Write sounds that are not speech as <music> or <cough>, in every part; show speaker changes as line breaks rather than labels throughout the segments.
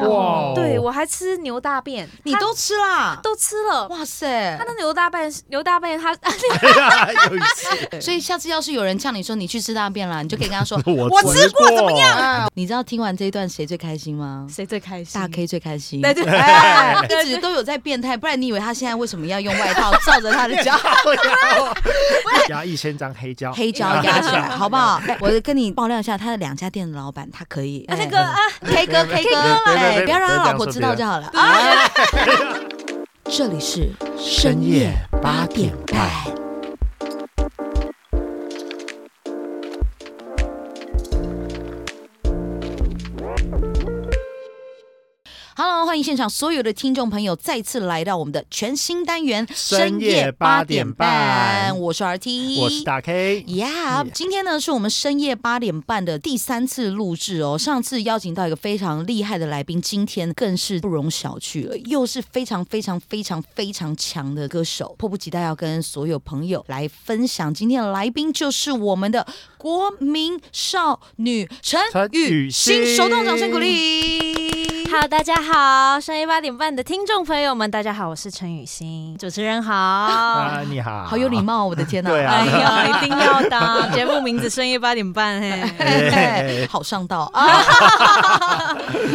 哇哦
对我还吃牛大便，
你
它
都吃啦？
都吃了。
哇塞
他！的牛大便，牛大便他
有一次。
所以下次要是有人呛你说你去吃大便啦，你就可以跟他说
我
我
吃过怎么样？
啊你知道听完这一段谁最开心吗？
<laughs> 谁最开心？
大 K 最开
<laughs>
心。
对对对
哎
对
一直都有在变态，不然你以为他现在为什么要用外套罩着他的脚？
压一千张黑胶，
黑胶压起来，好不好？我跟你爆料一下，他的两家店的老板，他可以。
那个啊，
K 哥，K 哥，
别别
哎，
别
不要让他老婆知道就好了。啊这里是深夜八点半。Hello，欢迎现场所有的听众朋友再次来到我们的全新单元《
深夜八点半
我是 RT，
我是大 K，
Yeah，
Yeah
今天呢是我们深夜八点半的第三次录制哦。上次邀请到一个非常厉害的来宾，今天更是不容小觑了，又是非常非常非常非常强的歌手，迫不及待要跟所有朋友来分享。今天的来宾就是我们的国民少女陈
陈
雨
雨
欣，
欣啊
手动掌声鼓励。
Hello，大家好，深夜八点半的听众朋友们，大家好，我是陈雨欣，主持人好。
啊，你好，
好有礼。貌，我的天哪！
对啊
哎呀，一定要的，节目名字深夜八点半，嘿，
哎好上道啊！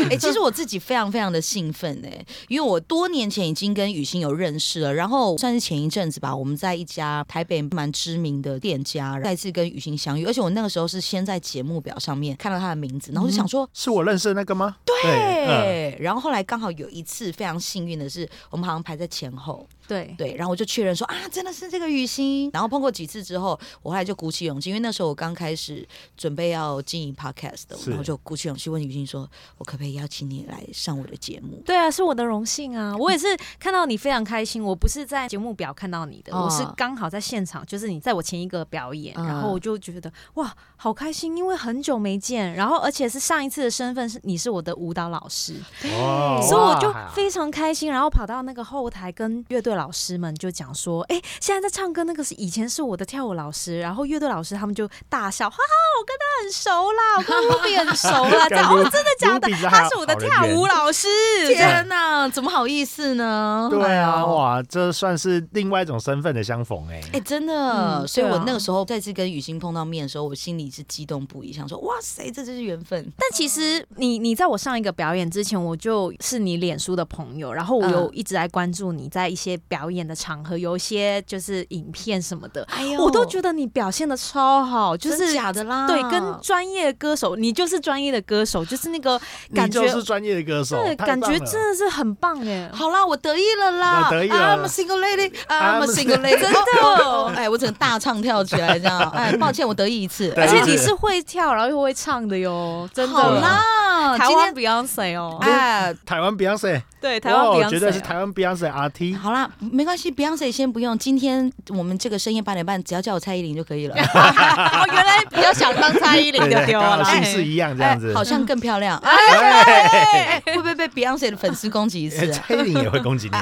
哎、其实我自己非常非常的兴奋哎、因为我多年前已经跟雨欣有认识了，然后算是前一阵子吧，我们在一家台北蛮知名的店家再次跟雨欣相遇，而且我那个时候是先在节目表上面看到她的名字，
嗯
然后就想说。
是我认识的那个吗？嗯
对，然后后来刚好有一次非常幸运的是，我们好像排在前后，
<laughs> 对，
对，然后我就确认说啊，真的是这个雨欣。然后碰过几次之后，我后来就鼓起勇气，因为那时候我刚开始准备要经营 podcast 的，
是
然后就鼓起勇气问雨欣说，我可不可以邀请你来上我的节目？
对啊，是我的荣幸啊！我也是看到你非常开心，我不是在节目表看到你的，
哦
我是刚好在现场，就是你在我前一个表演，
嗯
然后我就觉得哇，好开心，因为很久没见，然后而且是上一次的身份是你是我的舞蹈老师，
哦
所以我就
哇
非常开心，然后跑到那个后台跟乐队老师们就讲说，哎、现在在唱歌那个是以前是我的跳舞老师，然后乐队老师他们就大笑，哈哈，我跟他很熟啦，
<laughs>
我跟 Ruby 很熟啦，这样
跟
哦，
Ru-
真的假的
Ruby 是？他
他是我的
好人
跳
缘
舞
<laughs>
老师，
天哪，怎么好意思呢？
对
哎
啊，
呦。
哇，这算是另外一种身份的相逢哎。
哎、真的，
嗯
所以
对
我
啊
那个时候再次跟雨欣碰到面的时候，我心里是激动不已，想说哇塞，这就是缘分。
但其实你你在我上一个表演之前，我就是你脸书的朋友，然后我有
嗯
一直在关注你在一些表演的场合，有一些就是影片什么的，
哎呦
我都觉得你表现的超好，就
真
是
假啊的啦，
对，跟专业歌手，你就是专业的歌手，就是那个感
你
觉
就，是专业的歌手
对，，
太
感
棒
觉
了
真的是很棒耶！
好啦，我得意了啦，
我得意了
I'm a single lady, I'm a
I'm a
single lady。真的，哎，我整个大唱跳起来这样。
<laughs>
哎，抱歉，我得意一次。
对
而
啊
且你是会跳，然后又会唱的哟，真
好
的。
啦，
台
今
湾
天
Beyonce 哦，
哎。
台湾 Beyonce，
对，台湾
哇
Beyonce，哦
绝对是台湾 Beyonce RT。
好啦，没关系，Beyonce 先不用。今天我们这个深夜八点半，只要叫我蔡依林就可以了。
哦，原来比较想当蔡依林
对
的
对，
丢
刚
了
好
啦，
姓氏一样这样子
哎，好。像更漂亮。哎，会不会被 Beyonce 的粉丝攻击一次
哎
啊？
蔡依林也会攻击你，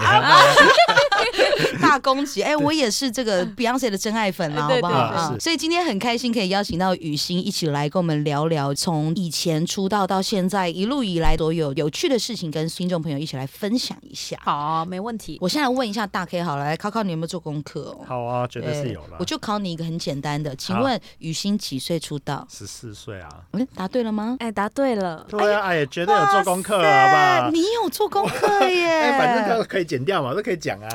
大攻击！哎，我也是这个 Beyonce 的真爱粉啦，好
对
不
对对
好？
是
嗯所以今天很开心可以邀请到雨欣一起来跟我们聊聊从以前出道到现在一路以来所有有趣的事情，跟听众朋友一起来分享一下。
好，没问题。
我现在问一下大 K 好了，来考考你有没有做功课哦？
好啊，绝对是
哎
有了
我。就考你一个很简单的，请问雨欣几岁出道？
十四岁啊，
嗯，答对了吗？
哎，答对了，
对啊，哎，绝对有做功课了，好不好
哎？你有做功课耶！
哎， <laughs> 反
哦
正都可以剪掉嘛，都可以讲啊。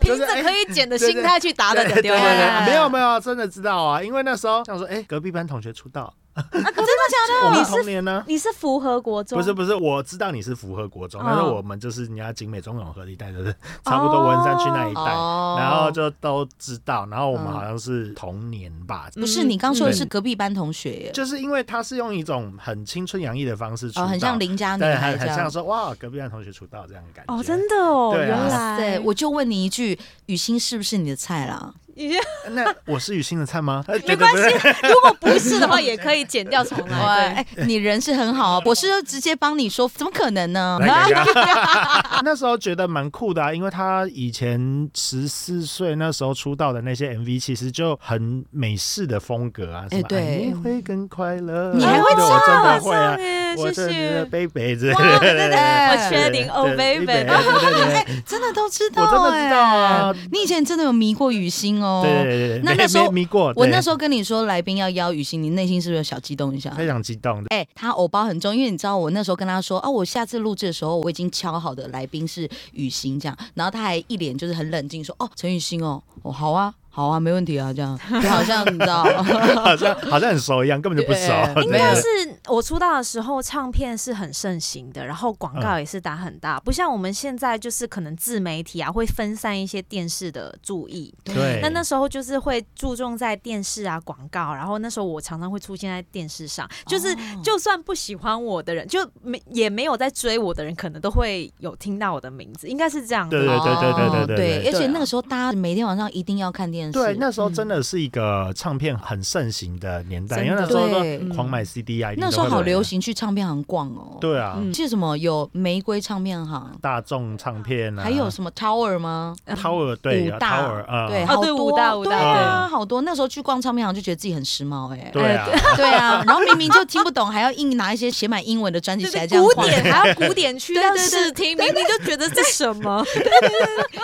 凭
凭 <laughs>
着哎可以捡的
对对
心态去答的
哎
啊
对对
丢了
对，
啦。
没有没有，真的知道啊，因为那时候想说，哎，隔壁班同学出道，我
真
们
的假的？
同
哦你是
年呢。
你是符合国中？
不是不是，我知道你是符合国中，
哦
但是我们就是人家景美中永和一带，就是 <laughs> 差不多文山区那一带，
哦
然后就都知道，然后我们
嗯
好像是同年吧，
不是你刚说的
嗯
是隔壁班同学耶，
就是因为他是用一种很青春洋溢的方式出道，
哦，很像邻家女
对，
孩
很
这
很
样
像。说哇，隔壁班同学出道这样的感觉。
哦，真的哦，
对啊
原
哇塞
来！
我就问你一句，雨欣是不是你的菜啦？
你先
那我是雨欣的菜吗？呃
没
对
关
对对，
系，如果不是的话，也可以剪掉重 <laughs>
哇，
来。
哎，你人是很
<laughs>
好啊，我是直接帮你说，怎么可
<laughs>
能呢？
来给大家 <laughs> 那时候觉得蛮酷的、啊，因为他以前十四岁那时候出道的那些 MV，其实就很美式的风格啊，什么
哎对
你会更快乐，
你还会
对我真的会啊，
耶
我
谢
真的觉得
谢。
贝贝之类
哇，
的，
对对对，
我
哎
确定哦
对对
贝贝
对对对对
真的都知道，
我真的知道啊
哎你以前真的有迷过雨欣哦。
对对对，
那
没
那时候
没迷过，
我
对
那时候跟你说来宾要邀雨欣，你内心是不是有小激动一下？
非常激动的，
哎、他偶包很重，因为你知道我那时候跟他说啊，我下次录制的时候我已经敲好的来宾是雨欣这样，然后他还一脸就是很冷静说哦，陈雨欣哦，哦好啊，好啊，没问题啊，
<laughs>
这样就好像你知道，
好像好像很熟一样，根本就不熟 <laughs> 对
对，
应该是我出道的时候，唱片是很盛行的，然后广
嗯
告也是打很大，不像我们现在就是可能自媒体啊会分散一些电视的注意。
<laughs>
对，
那那时候就是会注重在电视啊广告，然后那时候我常常会出现在电视上，就是、
哦
就算不喜欢我的人，就没也没有在追我的人，可能都会有听到我的名字，应该是这样的。
对对对对对
哦
对对
对，
对
而且那个时候大家每天晚上一定要看电视，
对，那时候真
嗯
的是一个唱片很盛行的年代，
真
因为
的
那时候
对嗯
都狂买 CD 啊，一定
那
都
时候
会
好
买
流
的，
行去唱片行逛哦，
对啊，
嗯，记得什么有玫瑰唱片行，
大众唱片啊，
还有什么 Tower 吗？
掏耳对
武
啊，
大
掏耳啊，
对，
嗯
好
对
多
武大武大
对啊，好多。那时候去逛唱片行就觉得自己很时髦哎、
对啊，
对啊，然后明明就听不懂，还要硬拿一些写满英文的专
<laughs>
辑
就
起来
是
这样
古
晃，
典，还要古典 <laughs> 区
对对
让
对
试听，明明就觉得这什 <laughs> 么，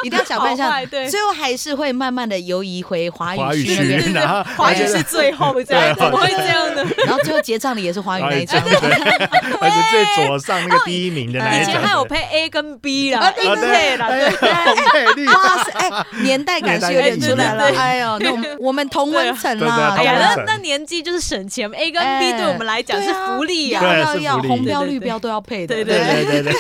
一定要搅拌一
好
下
坏，对
最后还是会慢慢的游移回哎华
华
语
语
区那边。
区，然
<laughs>
后
华语是最后这样，
啊哎 <laughs> 对啊
怎么会这样呢？
然后最后结账的也是华语
华
那
语
一
区，
张， <laughs> 哦
对，而且最左上那个第一名的那
以
一
前
张，哎
还有配 A 跟 B 啦，
啊
对
对对
对啦，对，
<laughs> 红配绿，
哇塞，哎，年代感是有点出来了
年代感，
<laughs>
哎呦，那我们我们同温层
对对对啊
啦，
哎
啊
同
呀，
温层
那那年纪就是省钱，A 跟 B
哎
对我们来讲是福利呀、
对啊
要要
是
要，
福利
红标
对对对
绿标都要配的，
对
对
对
对对对，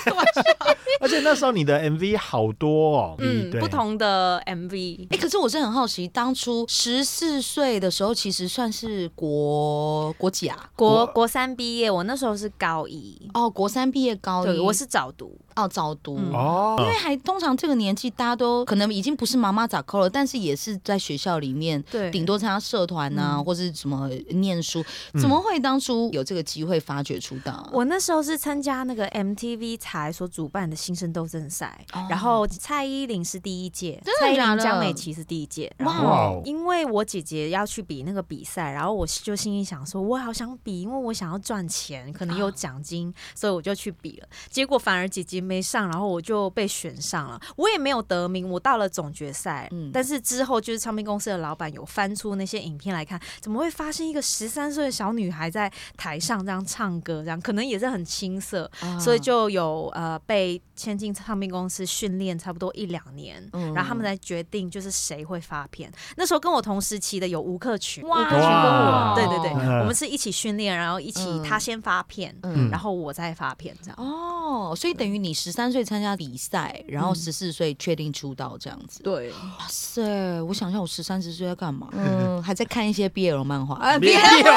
<laughs> 而且那时候你的 MV 好多哦，
嗯，
对
不同的 MV
哎、可是我是很好奇，当初十四岁的时候，其实算是国国几啊？
国
国
国三毕业，我那时候是高一，
哦，国三毕业高
对，
一，
我是早读，
哦早读。
嗯
因
哦
为，还通常这个年纪，大家都可能已经不是妈妈早扣了，但是也是在学校里面，
对
顶多参加社团啊，
嗯
或是什么念书，
嗯
怎么会当初有这个机会发掘出道啊？
我那时候是参加那个 MTV 台所主办的新生斗争赛，
哦
然后蔡依林是第一届，
真的
蔡依
假
林、
的
江美琪是第一届，然
哇
后。
哇哦，
因为我姐姐要去比那个比赛，然后我就心里想说，我好想比，因为我想要赚钱，可能
啊
有奖金，所以我就去比了。结果反而姐姐没上，然后我就被选上了。我也没有得名，我到了总决赛，
嗯
但是之后就是唱片公司的老板有翻出那些影片来看，怎么会发生一个十三岁的小女孩在台上这样唱歌，这样可能也是很青涩，
啊
所以就有呃被签进唱片公司训练差不多一两年，
嗯
然后他们来决定就是谁会发片。那时候跟我同时期的有吴克群，
哇
吴克群跟我
哇，
对对对，
嗯
我们是一起训练，然后一起
嗯
他先发片，
嗯
然后我再发片这样。
哦，所以等于你十三岁参加比赛，然后
嗯
十四岁确定出道这样子。
对，
哇塞！我想一下，我十三十岁在干嘛？嗯， <laughs> 还在看一些 BL 漫画。啊
你有
BL
<laughs>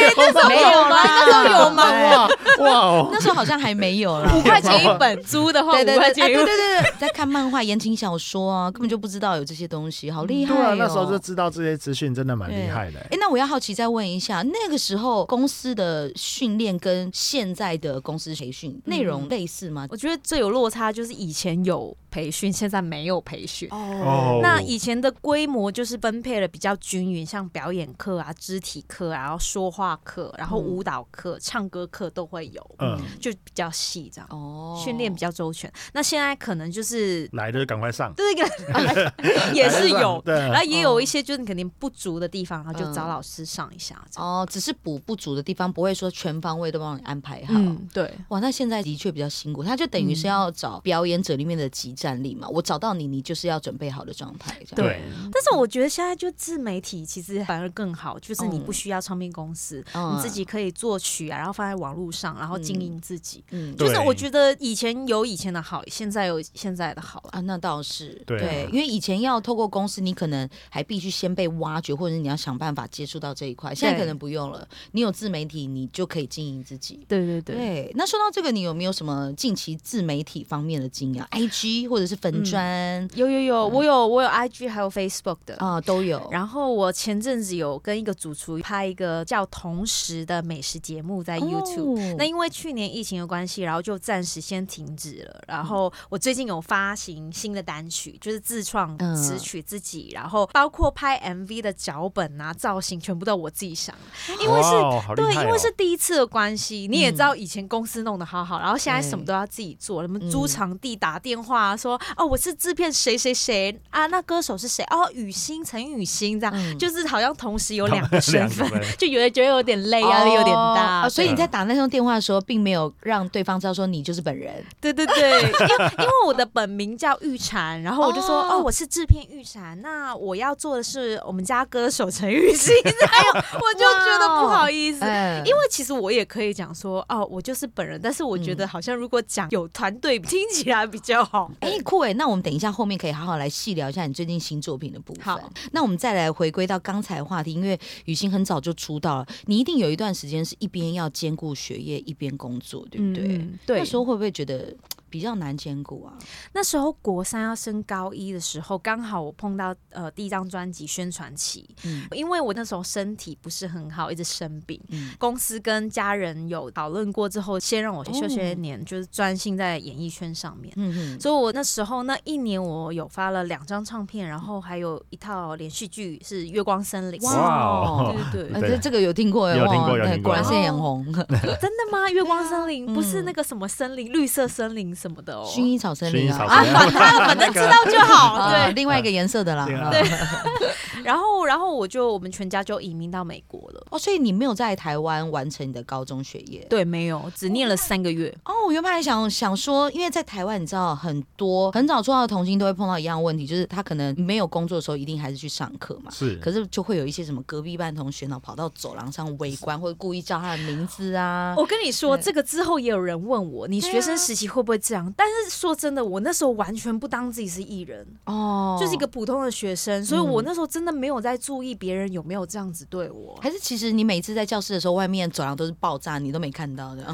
吗？
没有吗？那时候有啊吗？
哇哇哦，
那时候好像还没有啦。
五块钱一本，租的话
对
五
对对，
块
啊
钱
对
一
对
本。
对，对在看漫画、言情小说啊，根本就不知道有这些东西，
嗯
好厉害
对
哦！
啊，那时候就知道这些资讯真的蛮厉害的。
哎，那我要好奇再问一下，那个时候公司的训练跟现在的公司培训内
嗯
容类似吗？
我觉得最有落差就是以前有培训，现在没有培训。
哦
那以前的规模就是分配的比较均匀，像表演课啊、肢体课啊，然后说话课，然后
嗯
舞蹈课、唱歌课都会有，
嗯，
就比较细这样，
哦，
训练比较周全。那现在可能就是
来的就赶快上，
这个 <laughs> 也是有，
对，
然后也有一些就是你肯定不足的地方，然后就找老师上一下这样。
哦，只是补不足的地方，不会说全方位都帮你安排好。
嗯，对，
哇，那现在的确比较辛苦，他就等于是要找表演者里面的集战力嘛。我找到你，你就是要准备好的状态，这样。
对，
但是我觉得现在就自媒体其实反而更好，就是你不需要唱片公司，
嗯
你自己可以作曲啊，然后放在网络上，然后经营自己。
嗯
对
就是我觉得以前有以前的好，现在有现在的好了。
啊，那倒是
对啊
因为以前要透过公司，你可能还必须先被挖掘，或者是你要想办法接触到这一块。现在
对
可能不用了，你有自媒体，你就可以经营自己。
对对，
对，那说到这个，你有没有什么近期自媒体方面的经验？IG 啊或者是粉
嗯
砖
有有有，我有我有 IG 还有 Facebook 的。
啊、都有。
然后我前阵子有跟一个主厨拍一个叫《同时》的美食节目在 YouTube，、
哦
那因为去年疫情的关系，然后就暂时先停止了。
嗯
然后我最近有发行新的单曲，就是自创
嗯
词曲自己，然后包括拍 MV 的脚本啊、造型，全部都我自己想，因为是。
哇哦好厉
对，
害
因为
哦
是第一次的关系，你也知道以前公司弄得好好，然后现在什么
嗯对
都要自己做，什么
嗯
租场地、打电话、说哦，我是制片谁谁谁啊，那歌手是谁哦，雨欣、陈雨欣这样，
嗯
就是好像同
<laughs>
时有两个身
两
份，
个
<laughs> 就有人觉得有点累，哎压力有点大。
哦所以你
对
在打那通电话的时候，并没有让对方知道说你就是本人。
对对对，因为因为我的本名叫玉婵，然后我就说
哦
哦，我是制片玉婵，那我要做的是我们家歌手陈玉欣， <laughs> 还有我就觉得不好意思，
嗯，
因为其实我也可以讲说，哦，我就是本人，但是我觉得好像如果讲有团队，听起来比较好。
哎、酷哎！那我们等一下后面可以好好来细聊一下你最近新作品的部分
好。
那我们再来回归到刚才的话题，因为雨欣很早就出道了，你一定有一段时间是一边要兼顾学业一边工作，对不对？
嗯对
那时候会不会觉得嘖嗯比较难兼顾啊？
那时候国三要升高一的时候，刚好我碰到呃第一张专辑宣传期，
嗯
因为我那时候身体不是很好，一直生病。
嗯，
公司跟家人有讨论过之后，先让我休学一年，就是专心在演艺圈上面。
嗯嗯，
所以我那时候那一年，我有发了两张唱片，然后还有一套连续剧是《月光森林》。
哇
<laughs> 哦
对对对， <laughs>
啊、
对
这这个有听过哎，
有听过
哇
有
对
听过
果然是眼红。
真的吗？月光森林、
嗯
不是那个什么森林，绿色森林什么的哦。
薰衣草森
薰衣
林
草
啊，
森林
啊
反正知 <laughs> 道就好。
啊
对，
另外一个颜色的啦。
对
啊
对
然后然后我就我们全家就移民到美国了。
哦，所以你没有在台湾完成你的高中学业。
对，没有，只念了三个月。
哦，我原本还想想说，因为在台湾，你知道很多很早出道的童星都会碰到一样的问题，就是他可能没有工作的时候，一定还是去上课嘛。
<laughs> 是
可是就会有一些什么隔壁班同学呢，跑到走廊上围观，或者故意叫他的名字啊。
我跟你说，
对
这个之后也有人问我，你
对啊
学生时期会不会这样？但是说真的，我那时候完全不当自己是艺人，
哦
就是一个，普通的学生，所以
嗯
我那时候真的没有在注意别人有没有这样子对我。
还是其实你每次在教室的时候，外面走廊都是爆炸，你都没看到的。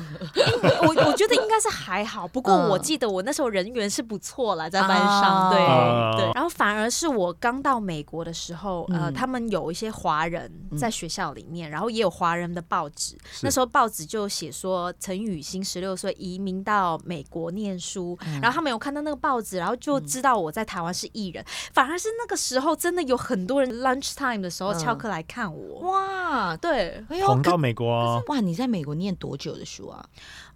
我我觉得应该是还好，不过
嗯
我记得我那时候人缘是不错啦，在班上，
啊
对、
啊
对。然后反而是我刚到美国的时候，呃，
嗯
他们有一些华人在学校里面，然后也有华人的报纸。那时候报纸就写说陈雨欣十六岁移民到美国念书，
嗯
然后他们有看到那个报纸，然后就知道我在台湾是艺人。反而是那个时候，真的有很多人 lunch time 的时候
嗯
翘课来看我。
哇，
对，
<laughs> 红
哎呦，
到
可
美国哦，
哇，你在美国念多久的书啊？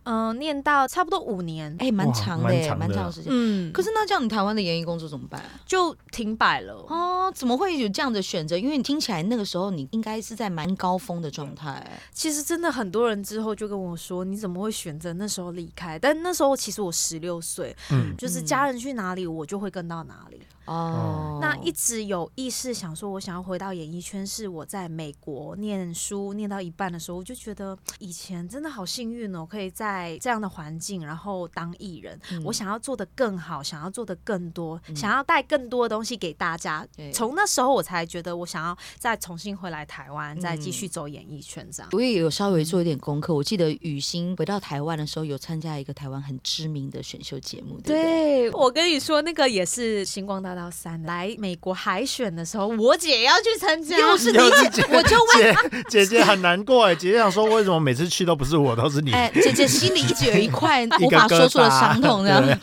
嗯、念到差不多五年，
哎，蛮
哇
长
蛮
的耶，
长
蛮
的
长的时间。
嗯，
可是那这样，你台湾的演艺工作怎么办啊？
就停摆了。
哦，怎么会有这样的选择？因为你听起来那个时候你应该是在蛮高峰的状态。
其实真的很多人之后就跟我说，你怎么会选择那时候离开？但那时候其实我十六岁，
嗯，
就是家人去哪里，我就会跟到哪里。
哦，
那一直有意识想说，我想要回到演艺圈，是我在美国念书念到一半的时候，我就觉得以前真的好幸运哦，可以在这样的环境，然后当艺人。
嗯
我想要做的更好，想要做的更多，想要带更多的东西给大家。
对
从那时候我才觉得，我想要再重新回来台湾，再继
嗯
续走演艺圈这样。
我也有稍微做一点功课。我记得雨欣回到台湾的时候，有参加一个台湾很知名的选秀节目，对不对？
对，我跟你说，那个也是《星光大道三》啊来美国海选的时候，我姐要去参加，
又是你
又是
姐，我就问，
姐姐姐很难过哎，姐姐想说为什么每次去都不是我，都是你，
哎，姐姐心里一直有一块
个
无法说出的伤痛，这样
疙瘩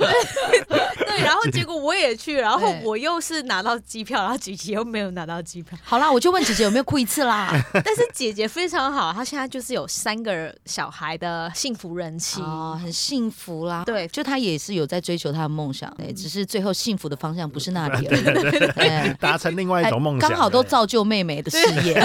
对
对，然后结果我也去，然后
对，
我又是拿到机票，然后姐姐又没有拿到机票 <laughs>
好啦，我就问姐姐有没有哭一次啦？
但是姐姐非常好，她现在就是有三个小孩的幸福人妻。
哦，很幸福啦。
对
就她也是有在追求她的梦想，哎，只是最后幸福的方向不是那里而已。哎
<laughs> 达成另外一种梦想，
刚好都
对
造就妹妹的事业。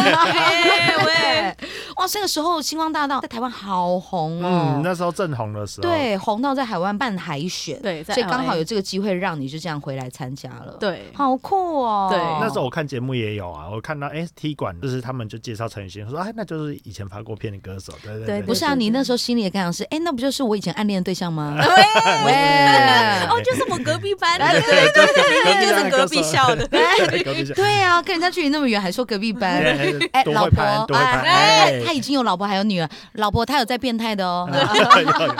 哎
对， <laughs> 哇，这个时候星光大道在台湾好红哦。
嗯，那时候正红的时候，，
对，红到在海湾办海选，
对在
所以刚
LA
好有这个机会让你就这样回来参加了，，
<laughs> 对，
好酷哦。
对
那时候我看节目也有啊，我看到哎 T 馆就是他们就介绍陈雨欣，说哎那就是以前发过片的歌手，对对
对
对，
不是啊，
对对
你那时候心里的感想是，哎，那不就是我以前暗恋的对
<laughs>
象吗？
对
哦，就是我隔壁班的，
对
哎对对
对
对，就是隔壁校的，
<laughs>
对隔壁校
对啊，跟人家距离那么远，还说隔壁
<laughs>
班。
对
哎，
多
老
会
婆，
拍，多会拍，
哎，他
哎
已经有老婆还有女儿，老婆他
<laughs>
有在变态的哦。
有有有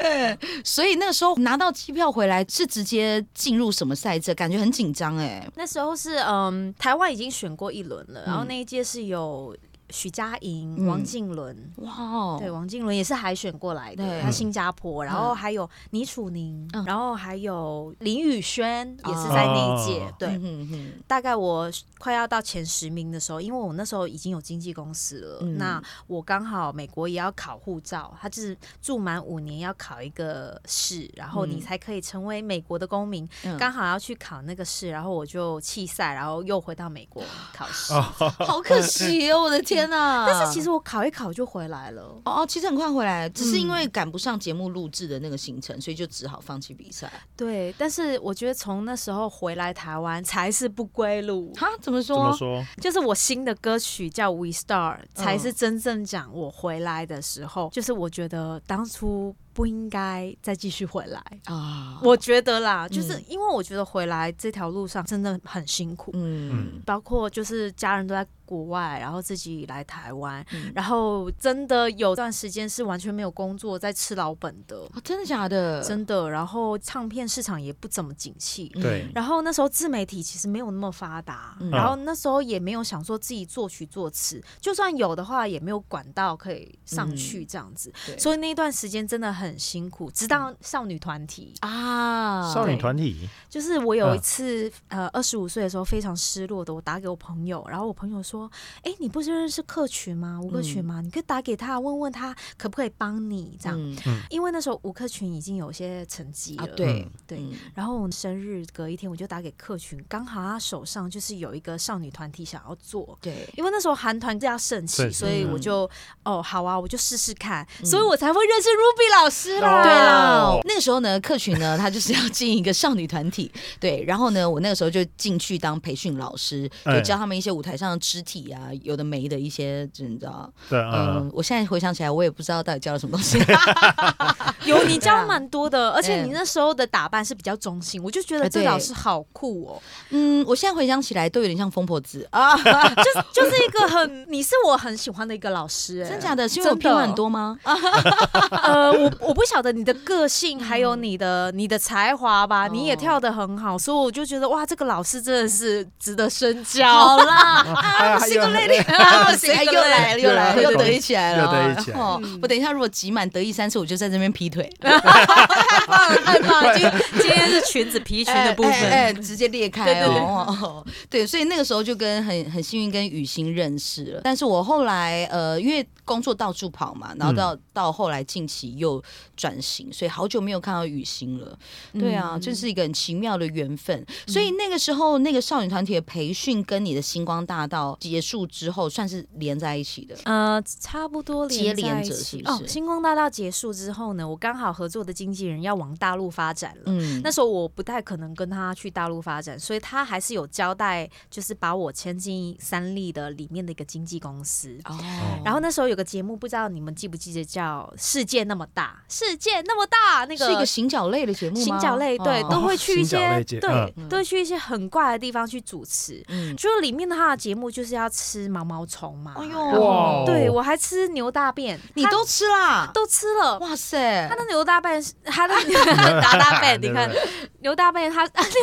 哎
<laughs> 所以那个时候拿到机票回来，来是直接进入什么赛制？感觉很紧张哎。
那时候是嗯，台湾已经选过一轮了，然后
嗯
那一届是有许佳
嗯
莹、王静伦。
哇哦，
对，王静伦也是海选过来的
对，嗯
他新加坡，然后还有倪楚宁，然后还有林宇轩，也是在那一届
哦。
嗯
对，
<laughs>
哼哼
大概我快要到前十名的时候，因为我那时候已经有经纪公司了，
嗯
那我刚好美国也要考护照，他就是住满五年要考一个试，然后你
嗯
才可以成为美国的公民。
嗯
刚好要去考那个试，然后我就弃赛，然后又回到美国考试。
好可惜哦，我的天 <laughs> 呐！
<laughs> 但是其实我考一考就回来了。
哦哦，其实很快回来，只是因为赶不上节目录制的那个行程，所以就只好放弃比赛。
对，但是我觉得从那时候回来台湾才是不归路。
哈，怎么
怎
说？
么说？
就是我新的歌曲叫《We Star》，才是真正讲我回来的时候，就是我觉得当初不应该再继续回来。
啊？
我觉得啦，就是因为我觉得回来这条路上真的很辛苦，
嗯
包括就是家人都在国外，然后自己来台湾，
嗯
然后真的有段时间是完全没有工作，在吃老本的，
啊，真的假的？
真的。然后唱片市场也不怎么景气，
嗯
对
然后那时候自媒体其实没有那么发达，
嗯
然后那时候也没有想说自己作曲作词，就算有的话也没有管道可以上去这样子，
嗯对嗯
所以那一段时间真的很辛苦。直到少女团体，
啊，
少女
对
团体
就是我
嗯
有一次、呃二十五岁的时候非常失落的，我打给我朋友，然后我朋友说：“哎、你不是认识客群吗？吴克群吗？你可以打给他问问他可不可以帮你这样，
嗯
因为那时候吴克群已经有些成绩了。
啊，对
嗯
对，
嗯
然后我生日隔一天，我就打给客群，刚好他手上就是有一个少女团体想要做。
对。
因为那时候韩团正要盛起，
盛起
所以
嗯
我就、哦好啊，我就试试看，
嗯
所以我才会认识 Ruby 老师啦。
哦
对啊啦，那个时候呢，客群呢，他就是 <laughs> 要进一个少女团体，对。然后呢，我那个时候就进去当培训老师，就
哎
教他们一些舞台上的肢体啊，有的没的一些，就你知道。
对
嗯
嗯，，
我现在回想起来，我也不知道到底教了什么东 <laughs> 西。
有你教了蛮多
<laughs>
的，而
对
且你那时候的打扮是比较中性，我就觉
哎
得这
对
老师好酷哦，
嗯，我现在回想起来都有点像疯婆子
<laughs>
啊，
就是就是一个很你是我很喜欢的一个老师、哎
啊真假的？是因为我
真
屁话很多吗？啊，
呃，我我不晓得你的个 <laughs> 性，还有你的你的才华吧，
哦
你也跳得很好，所以我就觉得哇，这个老师真的是值得深 <laughs> 交。
好啦，
啊
是个
lady，
啊，
<laughs>
谁又来了，又来了，
又来了
<laughs> 又得意起来了，
又得意起来
哦
嗯
我等一下如果集满得意三次，我就在这边劈腿，
<laughs> 太棒了，太棒了！今天今天是裙子皮裙的部分，
哎哎哎直接裂开哦。对，所以那个时候就跟很很幸运跟雨欣认识了，但是我后来呃，因为工作到处跑嘛，然后
嗯
到到后来近期又转型，所以好久没有看到雨欣了。对
嗯
啊，这是一个很奇妙的缘分。所以那个时候，那个少女团体的培训跟你的星光大道结束之后，算是连在一起的。
呃，差不多连
接连
在一
着
起
是不是
哦，星光大道结束之后呢，我刚好合作的经纪人要往大陆发展了。
嗯
那时候我不太可能跟他去大陆发展，所以他还是有交代，就是把我签进三立的里面的一个经纪公司。
哦，
然后那时候有个节目，不知道你们记不记得叫《世界那么大》，世界那么大，那
是一
个
个行脚类的节目吗？
行脚类，对，
哦
都会去一
行脚
些
类节
对
嗯，
都会去一些很怪的地方去主持。
嗯，
就是里面的他的节目就是要吃毛毛虫嘛，
哎
后哇
呦，
哦
对我还吃牛大便，
你
他
都吃啦？
都吃了。
哇塞
他，的牛大便是，他
<laughs>
的达大便，你看牛大便，他
<laughs>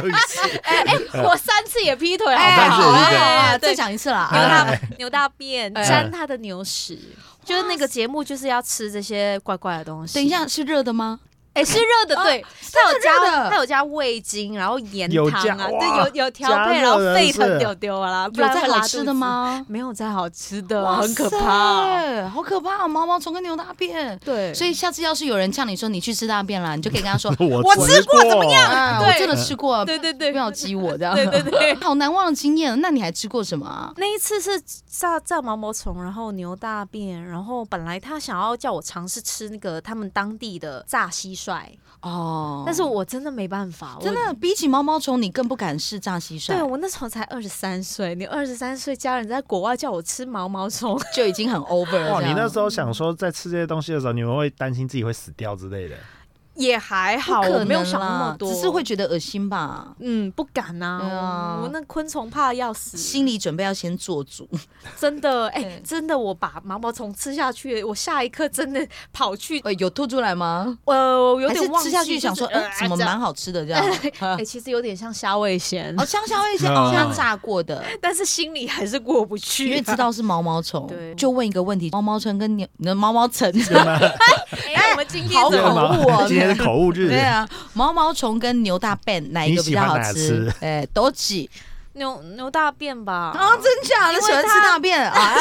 有一次
哎
<laughs>
哎，我三次也劈腿，好
哎
不
好
好？
三次也劈腿
哎
再
对，
讲一次啦。
牛
啊
大牛大便
哎
沾他的牛屎，就是那个节目就是要吃这些怪怪的东西。
等一，下，是热的吗？
哎，是热的，对，他有
热的
加他有加味精，然后盐
有
糖
加
啊，
哇
对，有有调配，
加热
然后
的
沸
是：“
腾丢丢啊啦，不
有
然
在
会拉
好吃
肚
的
子？ <laughs>
吗？
没有再好吃的，
哇
很可
塞
怕。，
好可怕！毛毛虫跟牛大便。
对，
所以下次要是有人叫你说你去吃大便啦，你就可以跟他说
<laughs> 我
我吃过怎么样
啊，我
对
真的吃过，
对对对
不要激我这样。”
对对对，
好难忘的经验。那你还吃过什么啊？
那一次是炸炸毛毛虫，然后牛大便，然后本来他想要叫我尝试吃那个他们当地的炸蟋蟀，
哦，
但是我真的没办法，我
真。的比起毛毛虫，你更不敢试炸蟋
对
蟀，
我那时候才二十三岁，你二十三岁，家人在国外叫我吃毛毛
<laughs>
虫，
就已经很 over 了。
哇，你那时
候
候想说在吃这些东西的时候，你们会担心自己会死掉之类的，
也还好，
不可能
我没有想
啦
那么多，
只是会觉得恶心吧。
嗯不敢呐、
对啊
我那昆虫怕得要死，
心理准备要先做足，
真
<laughs>
的哎、
对
真的，我把毛毛虫吃下去，我下一刻真的跑去，
呃，有吐出来吗？
呃，有
还是
点忘
吃
记
下去想说，
就是呃
哎，怎么
这样
蛮好吃的这样？
<laughs> 哎、其实有点像虾味鲜，
哦，香香味
<laughs>
先
啊
哦，像炸过
<laughs>
的，
但是心里还是过不去、
因为知道是毛毛虫
对，
就问一个问题：毛毛虫跟你你的毛毛虫，
哎、啊我们今天
好
怎
对
么
吗
恐怖哦
今天是口误日
<laughs> 对，啊，毛毛虫跟牛大便哪一个比较好
你喜欢哪
吃
吃？
<laughs> 哎，都挤
牛牛大便吧？
啊，真假
哦
的
因为
喜欢吃
它
大便
<laughs>
啊？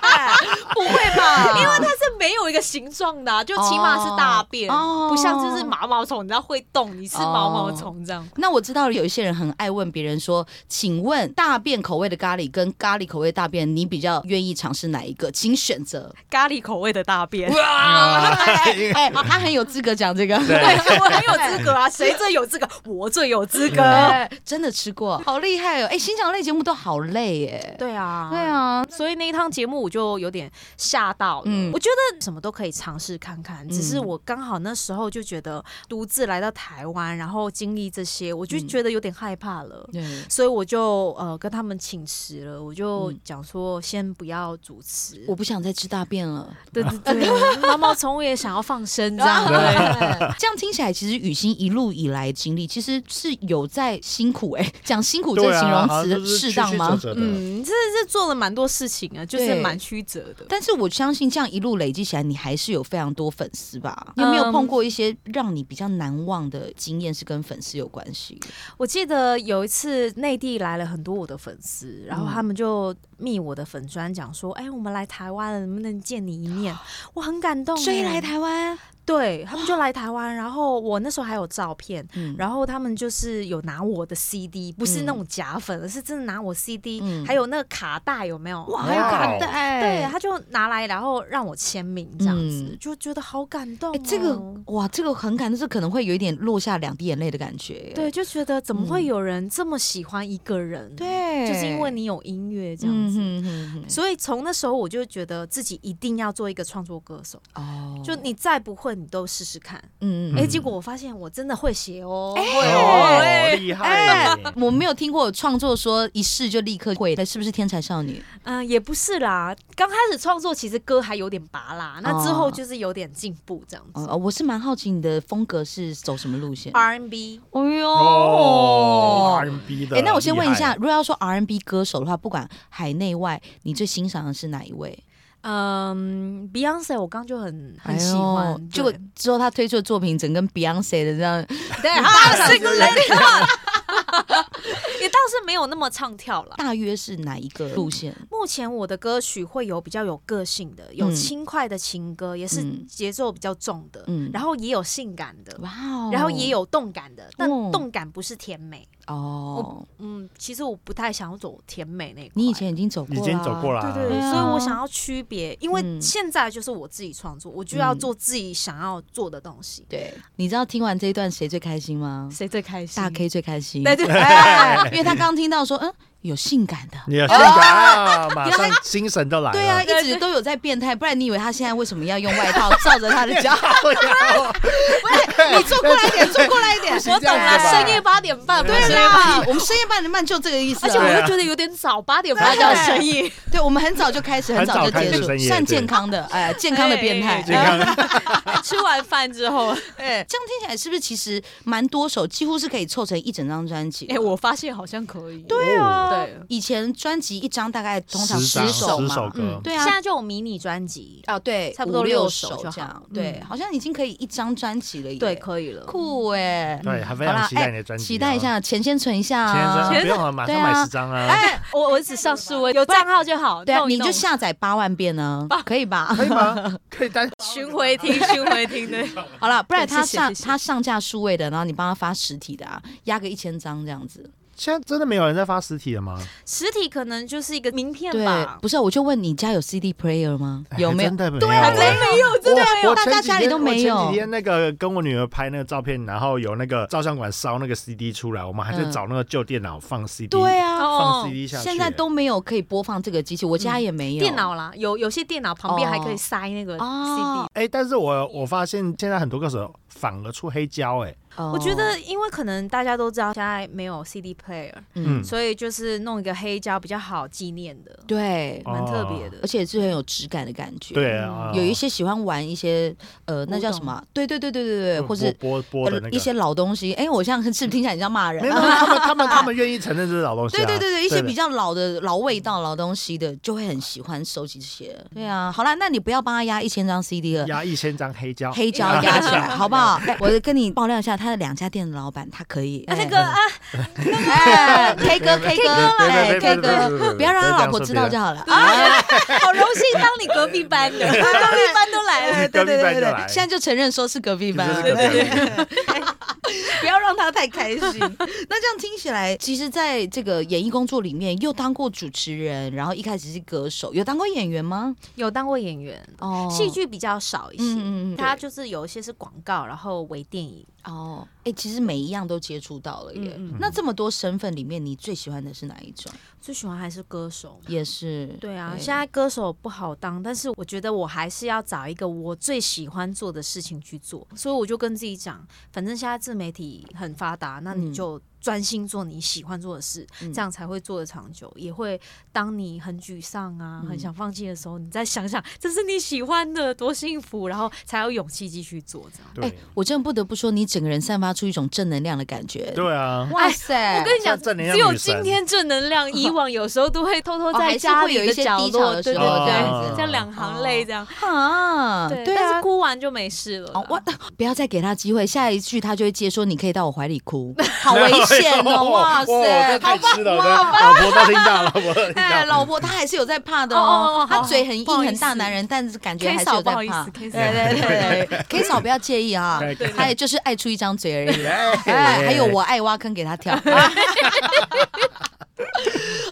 哎
不会吧？
因为它是没有一个形状的啊、就起码是大便，
哦
不像就是毛毛虫，你知道会动，你吃毛毛虫这样。
那我知道有一些人很爱问别人说，请问大便口味的咖喱跟咖喱口味的大便，你比较愿意尝试哪一个？请选择。
咖喱口味的大便，
哇， <laughs> 哎哎，他很有资格讲这
<laughs>
个。
对
我很有资格啊！谁最有资格？我最有资格。
哎，真的吃过，好厉害哦！哎，欣赏类节目都好累耶。
对啊，
对。啊，
所以那一趟节目我就有点吓到了，
嗯
我觉得什么都可以尝试看看，只是我刚好那时候就觉得独自来到台湾，然后经历这些，我就
嗯
觉得有点害怕了。
对，
所以我就呃跟他们请辞了，我就
嗯
讲说先不要主持，
我不想再吃大便了。 <laughs>
对对对，毛毛虫我也想要放生这样。
啊对， <laughs> 这样听起来，其实雨欣一路以来经历，其实是有在辛苦哎、讲辛苦这
对
个
啊，
形容
好像就
词
是
适
曲
当
曲
吗？
折折的
嗯，这这做了蛮多事情啊，就是蛮曲折的。
但是我相信，这样一路累积起来，你还是有非常多粉丝吧？你有没有
嗯
碰过一些让你比较难忘的经验，是跟粉丝有关系？
我记得有一次内地来了很多我的粉丝，然后
嗯
他们就密我的粉砖讲说：“哎、我们来台湾了，能不能见你一面？”我很感动、欸
所以来，台湾，
对他们就来台湾，然后我那时候还有照片。
嗯
然后他们就是有拿我的 CD，不是
嗯
那种假粉，而是真的拿我 CD，、
嗯
还有那个卡带有没有？
哇，
哇哦
还有哎卡带，
对，他就拿来，然后让我签名，这样子、
嗯
就觉得好感动、哦
哎，这个哇，这个很感动，这可能会有一点落下两滴眼泪的感觉。
对，就觉得怎么
嗯
会有人这么喜欢一个人？，
对，
就是因为你有音乐这样子。
嗯哼哼哼
所以从那时候我就觉得自己一定要做一个创作歌手，
哦，
就你再不会，你都试试看。
嗯嗯
哎、
嗯
结果我发现我真的会写哦，
哦，厉害
哎，我没有听过有创作说一试就立刻会，那是不是天才少女？
嗯、也不是啦。刚开始创作其实歌还有点拔啦，那之后就是有点进步这样子。
哦、哦我是蛮好奇你的风格是走什么路线。
R&B
哎呦
哦，R&B 的。
哎、那我先问一
厉
下，
害，
如果要说 R&B 歌手的话，不管海内外，你最欣赏的是哪一位？
嗯，Beyonce 我刚就很很喜
哎
欢，
呦
对
结果之后他推出的作品，整跟 Beyonce 的这样，
对
<laughs> 大
，Single Lady，也倒是没有那么唱跳啦。
大约是哪一个路线？
目前我的歌曲会有比较有个性的，有
嗯
轻快的情歌，也是
嗯
节奏比较重的，
嗯
然后也有性感的，
哇哦，
然后也有动感的，但
哦
动感不是甜美。
哦，
嗯，其实我不太想要走甜美那一块。
你以前已经走过
已
了啊，
经走过了啊，
对对
对啊
所以我想要区别，因为
嗯
现在就是我自己创作，我就要
嗯
做自己想要做的东西。
对，你知道听完这一段谁最开心吗？
谁最开心？
大 K 最开
<laughs>
心，
对对
<laughs>
哎 <laughs> 因为他刚听到说，嗯，有性感的。
你的性
哦
感啊，马上精神就来了。<laughs>
对啊，
呀，
一直都有在变态，不然你以为他现在为什么要用外套罩着他的 <laughs> 脚？你坐过来一点，坐过来一点。
我
我懂了，深夜八点半嘛，
对
深夜八
啦，我们深夜半点半就这个意思
而
了。
且我又觉得有点早，八点半就要生意，
<laughs> 对，我们很早就开始，很早就结
很早开始
束，
深夜
算
对
健康的，哎，健康的变态。
哎
健 <laughs> 吃完饭之后，
哎，这样听起来是不是其实蛮多首，几乎是可以凑成一整张专辑？
哎，我发现好像可以，
对啊，
对。
以前专辑一张大概通常
十张
首
十
嘛
首，歌
嗯对啊
现，在就有迷你专辑，
啊，对，
差不多
五六
哦六首就好
这样，
嗯
对，好像已经可以一张专辑了耶，
对，可以了。
酷哎，
对，还非
好
常
啦
期待
哎
你的专辑，啊
期待一。下，钱先存一下
先
啊，
生，不用了，马上买十张啊！
哎，我我只上数位，有账号就好。
对啊，
弄一
你
弄
就下载八万遍呢，可以
<laughs>
吧？
可以吗？可以单
巡回 <laughs> 听，巡回听的。
好了，不然
对
他
谢谢
上
谢谢
他上架数位的，然后你帮他发实体的啊，压个一千张这样子。
现在真的没有人在发实体了吗？
实体可能就是一个名片
对
吧，，
不是啊，我就问你家有 CD player 吗？
哎
有没有
真？的没有？
对啊，真的没有，真的没
我
有，
我
大家
前几
家里
天
都没
我前
有
几。天那个跟我女儿拍那个照片，然后有那个照相馆烧那个 CD 出来，我们还在
嗯
找那个旧电脑放 CD，
对，啊，
放
哦，
CD 下去。
现在都没有可以播放这个机器，我家也没有
电脑啦，有有些电脑旁边还可以
哦
塞那个
哦
CD。
哎，但是我我发现现在很多歌手反而出黑胶，哎，
哦
我觉得，因为可能大家都知道现在没有 CD player，
嗯，
所以就是弄一个黑胶比较好纪念的，
对，哦
蛮特别的
而。且是很有质感的感觉。
对啊，
有一些喜欢玩一些呃，那叫
古
什
董
么啊？对对对对对对，或是呃
播播的那个
一些老东西。哎，我这样是不 <laughs> 是听起来很像骂人
没有，
啊？
他们他们他们愿意承认这是老东西、啊。
<laughs> 对对对对，一些
的
比较老的老味道、老东西的，就会很喜欢收集这些。对啊，好啦，那你不要帮他压一千张 CD 了。
压一千张黑胶，
黑胶压起来，好不好？哎我跟你爆料一下，他的两家店的老板，他可以。
那
哎
个啊，
哎，K 哥，K 哥，哎
对对对对
，K
对对对
哥，
对
不要让他老
不
婆
要这样说
知
别
道
人
就好了。啊
好荣幸当你隔壁班
<laughs>
的，隔壁班都来了。
隔
对
壁
对对
班
对
就
对
来，
现在就承认说是隔壁班
就
了，
是隔壁班
对对对不要让他太开心。那这样听起来，其实在这个演艺工作里面，又当过主持人，然后一开始是歌手，有当过演员吗？
有当过演员，
哦
戏剧比较少一些，
嗯嗯嗯，
它就是有一些是广告，然后微电影。
哦，哎、其实每一样都接触到了耶。
嗯嗯
那这么多身份里面，你最喜欢的是哪一种？
最喜欢还是歌手。
也是
对啊，现在歌手不好当，但是我觉得我还是要找一个我最喜欢做的事情去做，所以我就跟自己讲，反正现在自媒体很发达，那
嗯
你就专心做你喜欢做的事，
嗯
这样才会做得长久。也会当你很沮丧啊、
嗯
很想放弃的时候，你再想想这是你喜欢的，多幸福，然后才有勇气继续做这样。
对、
我真的不得不说，你整个人散发出一种正能量的感觉。哎
对啊，
哇塞！
我跟你讲，
像正能量
只有
女神
今天正能量，以往有时候都 <laughs> 会偷偷
哦
在
还是
家
会
里
有一些
角
低潮
落，
的
对对
时
候这样
对
子，
这样两行泪这样。
啊，
对，
对
但
啊
是，哭完就没事了啦。
哦，我不要再给他机会，下一句他就会接说：“你可以到我怀里
<laughs>
哭。”好危险哦！哇塞，
太
好吧
吃了，我的啊老婆都听到了，老婆都听
哎，
到
<laughs>
了。
老婆她还是有在怕的
哦哦
哦
哦，
她
好
嘴很硬
不好意思
很大男人，但是感觉
K
还是有
嫂
在
不好意
怕
思。，K 嫂
对对对对，K 嫂不要介
<laughs>
意啊
对，K，嫂
她也就是爱出一张嘴而已。哎，
哎
还有我爱挖坑给他
<laughs>
跳。 <laughs>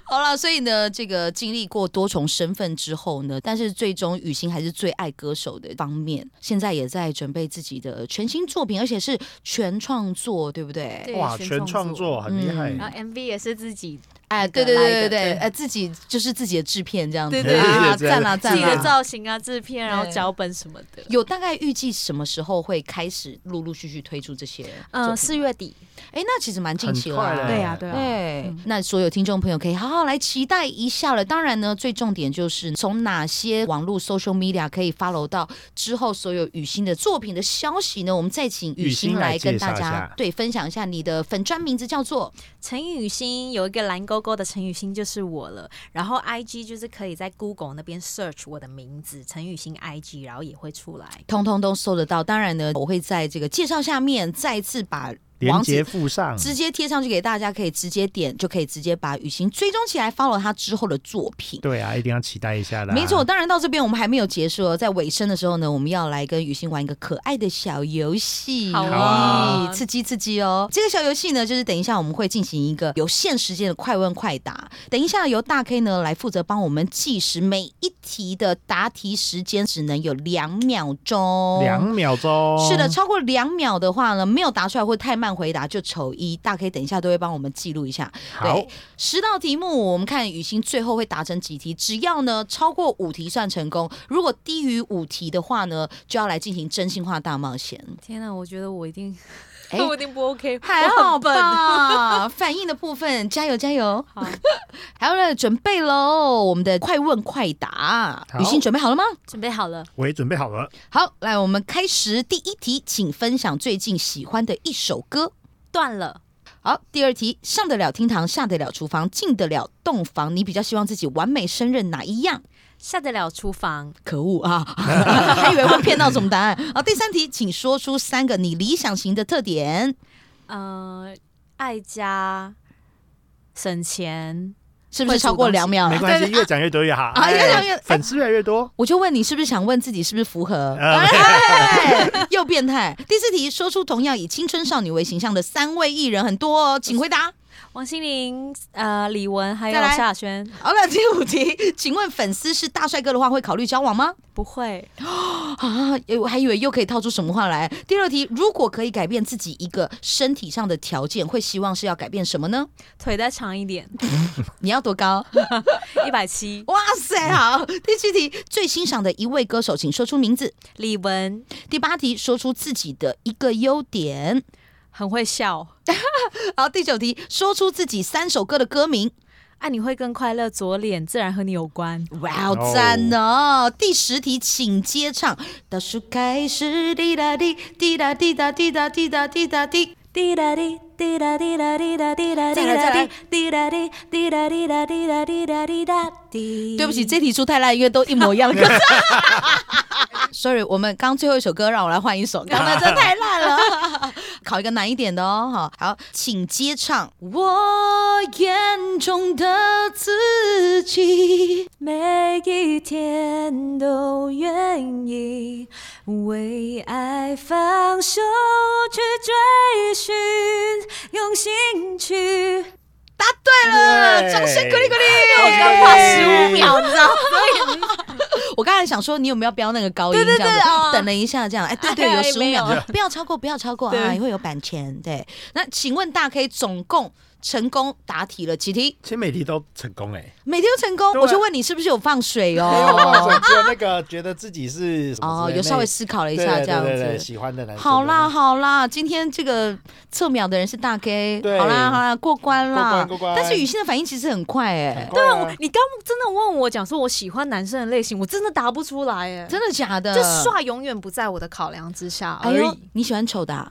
好了，所以呢，这个经历过多重身份之后呢，但是最终雨欣还是最爱歌手的方面。现在也在准备自己的全新作品，而且是全创作，对不对？
对
哇，全创作很厉害，
嗯
然后 MV 也是自己
哎，
那个
对对
来
对对
的
对，
对
哎，自己就是自己的制片这样子，
对对对
啊，
自己的
赞啦
制片
赞
自己的
啦。
造型啊、制片，然后
对
脚本什么的。
有大概预计什么时候会开始陆陆续续推出这些？
嗯，
嗯，
四月底，
哎，那其实蛮近
很
期了
快
啊，
嘞。
对啊对啊
对，嗯那所有听众朋友可以好好来期待一下了。当然呢，最重点就是从哪些网络 social media 可以 follow 到之后所有雨欣的作品的消息呢？我们再请雨欣来跟大
雨欣来介绍一
家
下
对分享一下你的粉专名字叫做
陈雨欣有一个蓝勾勾的陈雨欣就是我了，然后 IG 就是可以在 Google 那边 search 我的名字陈雨欣 IG，然后也会出来。
通通都搜得到。当然呢，我会在这个介绍下面再次把
连
网址
接附上，
直接贴上去给大家，可以直接点就可以直接把雨欣追踪起来，follow 她之后的作品。
对啊，一定要期待一下的。
没错，，当然到这边我们还没有结束哦，在尾声的时候呢，我们要来跟雨欣玩一个可爱的小游戏，
好
啊
咦刺激刺激哦！这个小游戏呢，就是等一下我们会进行一个有限时间的快问快答，等一下由大 K 呢来负责帮我们计时，每一题的答题时间只能有两秒钟，
两秒钟，
哦是的，，超过两秒的话呢，没有答出来或太慢回答就丑一。大 K 等一下都会帮我们记录一下。
好
对，，十道题目，我们看雨欣最后会达成几题？只要呢超过五题算成功，如果低于五题的话呢，就要来进行真心话大冒险。
天哪，我觉得我一定，
哎
<laughs> 我一定不 OK，
还
我
好
很笨。
吧？ <laughs> 反应的部分，加油加油！
好，
还有呢，准备喽，我们的快问快答，
好
雨欣准备好了吗？
<laughs> 准备好了。
我也准备好了。
好，来，我们开始第一题，请分享最近喜欢的一首歌。
断了，
好，第二题，上得了厅堂，下得了厨房，进得了洞房，你比较希望自己完美胜任哪一样？
下得了厨房，
可恶 <laughs> 啊！还以为会骗到什么答案啊？第三题，请说出三个你理想型的特点。
呃，爱家，省钱，
是不是超过两秒
没
了？
关系，越讲越多越好。
啊越讲越
哎粉丝越来越多。
我就问你，是不是想问自己是不是符合？
呃
哎，又变态。第四题，说出同样以青春少女为形象的三位艺人，很多哦，请回答。
王心凌，呃，李玟还有
再来
萧亚轩，
好了，第五题，请问粉丝是大帅哥的话，会考虑交往吗？
不会，
啊，诶我还以为又可以套出什么话来。第六题，如果可以改变自己一个身体上的条件，会希望是要改变什么呢？
腿再长一点，
你要多高？
一百七，
哇塞，好！第七题，最欣赏的一位歌手，请说出名字。
李玟，
第八题，说出自己的一个优点。
很会笑。
好，第九题，说出自己三首歌的歌名。
爱你会更快乐，左脸自然和你有关。
哇
哦
哦，赞哦！第十题，请接唱。倒数开始，滴答滴，滴答滴答滴答滴答滴答滴。
滴答滴，滴答滴答滴答滴答滴
再来再
答
来
滴，滴答滴，滴答滴答滴答滴答滴答滴。
对不起，这题出太烂，因为都一模一样的
<laughs>
歌。Sorry，我们刚最后一首歌，让我来换一
<laughs>
首，刚才真太烂了。 <laughs> 考一个难一点的哦，好，好，请接唱。我眼中的自己，
每一天都愿意为爱放手去追寻，用心去。
答对了，
耶
啊掌声鼓励鼓励。
我刚花15秒
你知道？我刚才想说，你有没有飙那个高音
对对
这样子？
对哦
等了一下，这样，哎，对对，
<laughs> 哎
有十五
没有
秒，不要超过，不要超过啊，
对
会有版权。对，那请问大 K 总共成功答题了几题？
其实每题都成功哎、
每天都成功，
对
我就问你是不是有放水
没有我
哦？
只有那个觉得自己是什么
哦，
之类
有稍微
那
思考了一
对
下
对
这样
对对对
子。
喜欢的男生。
好啦，好啦，今天这个测秒的人是大 K，
对
好啦好啦，过关啦。
过关过关
但是雨欣的反应其实很快哎、
很
对
快
啊，
啊，
我你刚真的问我讲说我喜欢男生的类型，我真的答不出来哎，
真的假的？
就帅永远不在我的考量之下
哎
而
呦
已。，
你喜欢丑的、啊？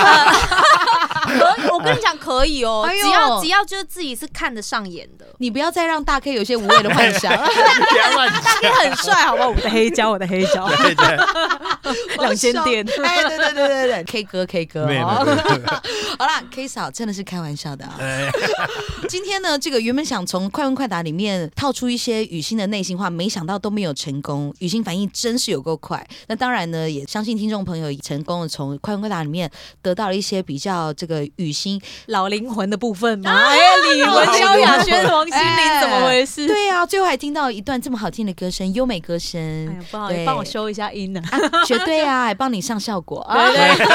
可以，我跟你讲可以哦，
哎呦
只要只要就是自己是看得上眼的。
你不要再让大 K 有些无谓的幻
<laughs>
想，
你不要乱讲。
你很帅，好不好？我的黑胶，我的黑胶，
对对，
两千点
哎，对对对对对，K 哥 K <laughs> 哥，
没有
哦
没有没有。 <laughs>
好啦，K 嫂真的是开玩笑的啊。
哎
今天呢，这个原本想从快问快答里面套出一些雨欣的内心话，没想到都没有成功。雨欣反应真是有够快。那当然呢，也相信听众朋友成功的从快问快答里面得到了一些比较这个
<laughs>
雨欣
老灵魂的部分吗？哎呀，李玟、萧亚轩、王心凌，怎么回事？
对啊，最后还听到一段这么好听的歌声，优美歌声。
哎呀，不好意思，
对
帮我修一下音呢。 <laughs>
啊，绝对啊，还帮你上效果啊！
对对，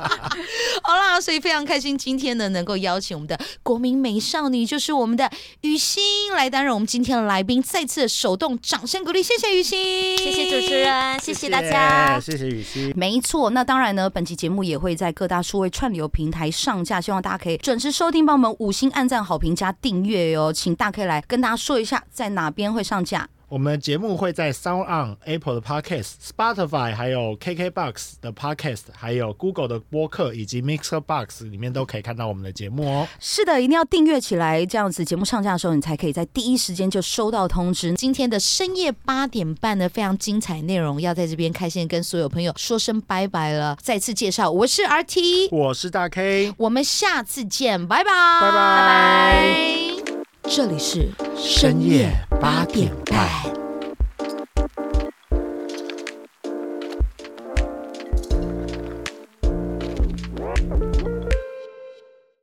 <laughs>
好啦，所以非常开心今天呢能够邀请我们的国民美少女，就是我们的雨欣来担任我们今天的来宾，再次手动掌声鼓励，谢谢雨欣，
谢谢主持。人，谢谢大家。
谢谢雨欣。
没错，那当然呢，本期节目也会在各大数位串流平台上架，希望大家可以准时收听，帮我们五星按赞、好评加订阅哟。请大 K 来跟大家说一下，在哪边会上架。
我们节目会在 Sound On、Apple 的 Podcast、Spotify、还有 KKBox 的 Podcast、还有 Google 的播客以及 Mixer Box 里面都可以看到我们的节目哦。
是的，一定要订阅起来，这样子节目上架的时候，你才可以在第一时间就收到通知。
今天的深夜八点半呢，非常精彩内容，要在这边开线跟所有朋友说声拜拜了。再次介绍，我是 RT，
我是大 K，
我们下次见，拜拜，
拜拜
拜，这里是
深夜八点半。
半。